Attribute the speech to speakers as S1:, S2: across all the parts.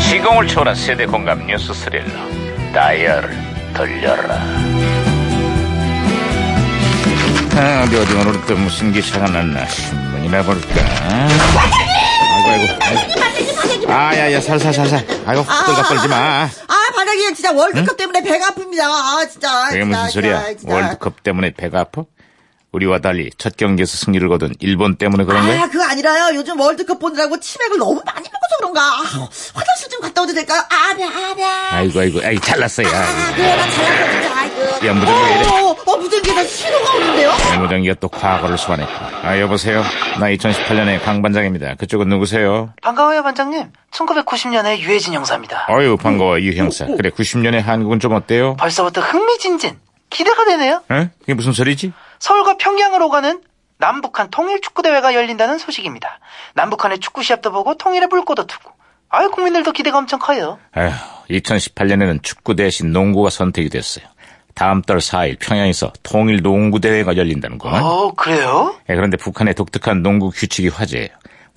S1: 시공을 초월한 세대 공감 뉴스 스릴러 다이얼 돌려라 아, 어디 어디 오늘 또 무슨 기사가 났나 신문이나 볼까 아이고 아이고 아이고 아야야 살살살살 아이고
S2: 아,
S1: 떨다 떨지 마
S2: 아, 바닥이 진짜 월드컵 때문에 배가 아픕니다. 아, 진짜.
S1: 그게
S2: 진짜,
S1: 무슨 소리야
S2: 진짜, 진짜.
S1: 월드컵 때문에 배가 아파? 우리와 달리 첫 경기에서 승리를 거둔 일본 때문에 그런 거야?
S2: 아, 그거 아니라요. 요즘 월드컵 보느라고 치맥을 너무 많이 먹어서 그런가. 아, 화장실 좀 갔다 오도 될까요? 아, 네, 아, 네.
S1: 아이고 아이고 아이 잘났어요
S2: 아, 그래, 나 잘났어, 진짜. 아이고.
S1: 야, 무전기 왜 이래?
S2: 어, 어, 무전기에서 신호가 오는데요?
S1: 무전기가 또 과거를 소환했고 아 여보세요 나 2018년의 강 반장입니다 그쪽은 누구세요?
S3: 반가워요, 반장님. 1990년에 유해진 형사입니다.
S1: 어유 반가워 유 형사 그래 90년의 한국은 좀 어때요?
S3: 벌써부터 흥미진진. 기대가 되네요.
S1: 에? 그게 무슨 소리지?
S3: 서울과 평양을 오가는 남북한 통일 축구대회가 열린다는 소식입니다. 남북한의 축구 시합도 보고 통일의 불꽃도 트고. 아유, 국민들도 기대가 엄청 커요.
S1: 아휴 2018년에는 축구 대신 농구가 선택이 됐어요 다음 달 4일 평양에서 통일 농구 대회가 열린다는구만
S3: 어, 그래요?
S1: 예, 그런데 북한의 독특한 농구 규칙이 화제예요.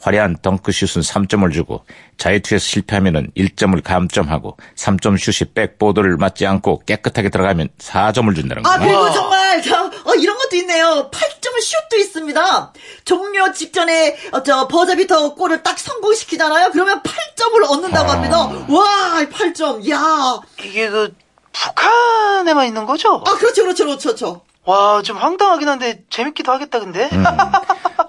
S1: 화려한 덩크슛은 3점을 주고 자유투에서 실패하면 1점을 감점하고 3점 슛이 백보드를 맞지 않고 깨끗하게 들어가면 4점을 준다는
S2: 아,
S1: 거예요.
S2: 그리고 정말, 저, 어, 이런 것도 있네요. 8점 슛도 있습니다. 종료 직전에, 어, 저, 버저비터 골을 딱 성공시키잖아요. 그러면 8점을 얻는다고
S1: 아.
S2: 합니다. 와, 8점. 야 아,
S3: 이게 그, 북한에만 있는 거죠?
S2: 그렇죠, 그렇죠, 그렇죠, 그렇죠.
S3: 와, 좀 황당하긴 한데, 재밌기도 하겠다, 근데.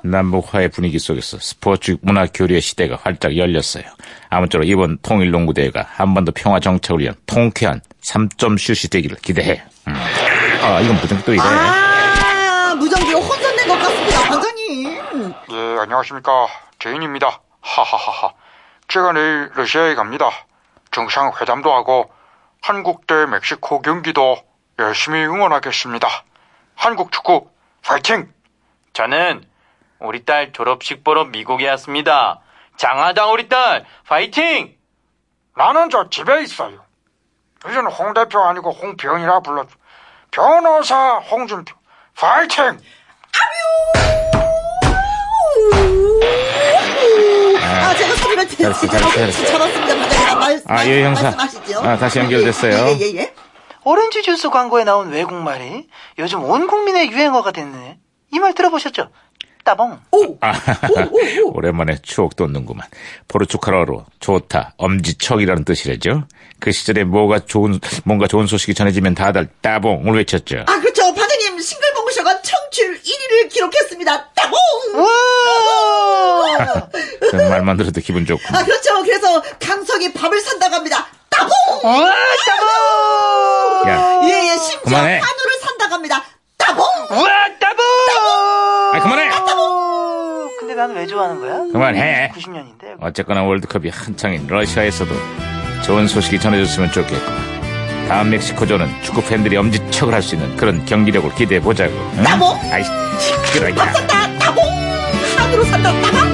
S1: 남북화의 분위기 속에서 스포츠 문화 교류의 시대가 활짝 열렸어요. 아무쪼록 이번 통일농구대회가 한반도 평화 정착을 위한 통쾌한 3점 슛이 되기를 기대해. 음. 아 이건 무슨 또 이거네.
S2: 아, 무전기가 혼선된 것 같습니다, 반장님.
S4: 예, 안녕하십니까. 제인입니다. 하하하하. 제가 내일 러시아에 갑니다. 정상회담도 하고 한국 대 멕시코 경기도 열심히 응원하겠습니다. 한국 축구 파이팅!
S5: 저는 우리 딸 졸업식 보러 미국에 왔습니다. 장하다 우리 딸 파이팅!
S4: 나는 저 집에 있어요. 이제는 홍 대표 아니고 홍병이라 불러줘. 변호사 홍준표 파이팅!
S2: 아, 제가 소리를 지-
S1: 잘했어,
S2: 지쳐-
S1: 잘했어, 잘했어.
S2: 지쳐봤습니다, 반장님. 아, 말,
S1: 아, 예, 형사.
S2: 말씀하시죠.
S1: 아, 다시 연결됐어요.
S2: 예, 예, 예.
S3: 오렌지 주스 광고에 나온 외국말이 요즘 온 국민의 유행어가 됐네. 이 말 들어보셨죠? 따봉.
S2: 오!
S1: 아,
S2: 오, 오, 오.
S1: 오랜만에 추억 돋는구만. 포르투갈어로 좋다, 엄지척이라는 뜻이래죠. 그 시절에 뭐가 좋은 뭔가 좋은 소식이 전해지면 다들 따봉을 외쳤죠.
S2: 아, 그렇죠. 반장님, 싱글벙글쇼가 청취율 1위를 기록했습니다. 따봉!
S3: 우와!
S1: 그 말만 들어도 기분 좋고.
S2: 아, 그렇죠. 그래서 강석이 밥을 산다고 합니다. 따봉!
S3: 우와, 어, 따봉!
S1: 야,
S2: 예, 예, 심지어
S1: 그만해.
S2: 한우를 산다고 합니다. 따봉!
S3: 우와, 따봉!
S1: 아 그만해.
S3: 근데 나는 왜 좋아하는 거야?
S5: 네.
S1: 그만해.
S3: 90년인데.
S1: 어쨌거나 월드컵이 한창인 러시아에서도 좋은 소식이 전해졌으면 좋겠고. 다음 멕시코전은 축구 팬들이 엄지척을 할 수 있는 그런 경기력을 기대해 보자고.
S2: 따봉!
S1: 아이 시끄러. 야.
S2: 밥 산다, 따봉! 한우로 산다, 따봉!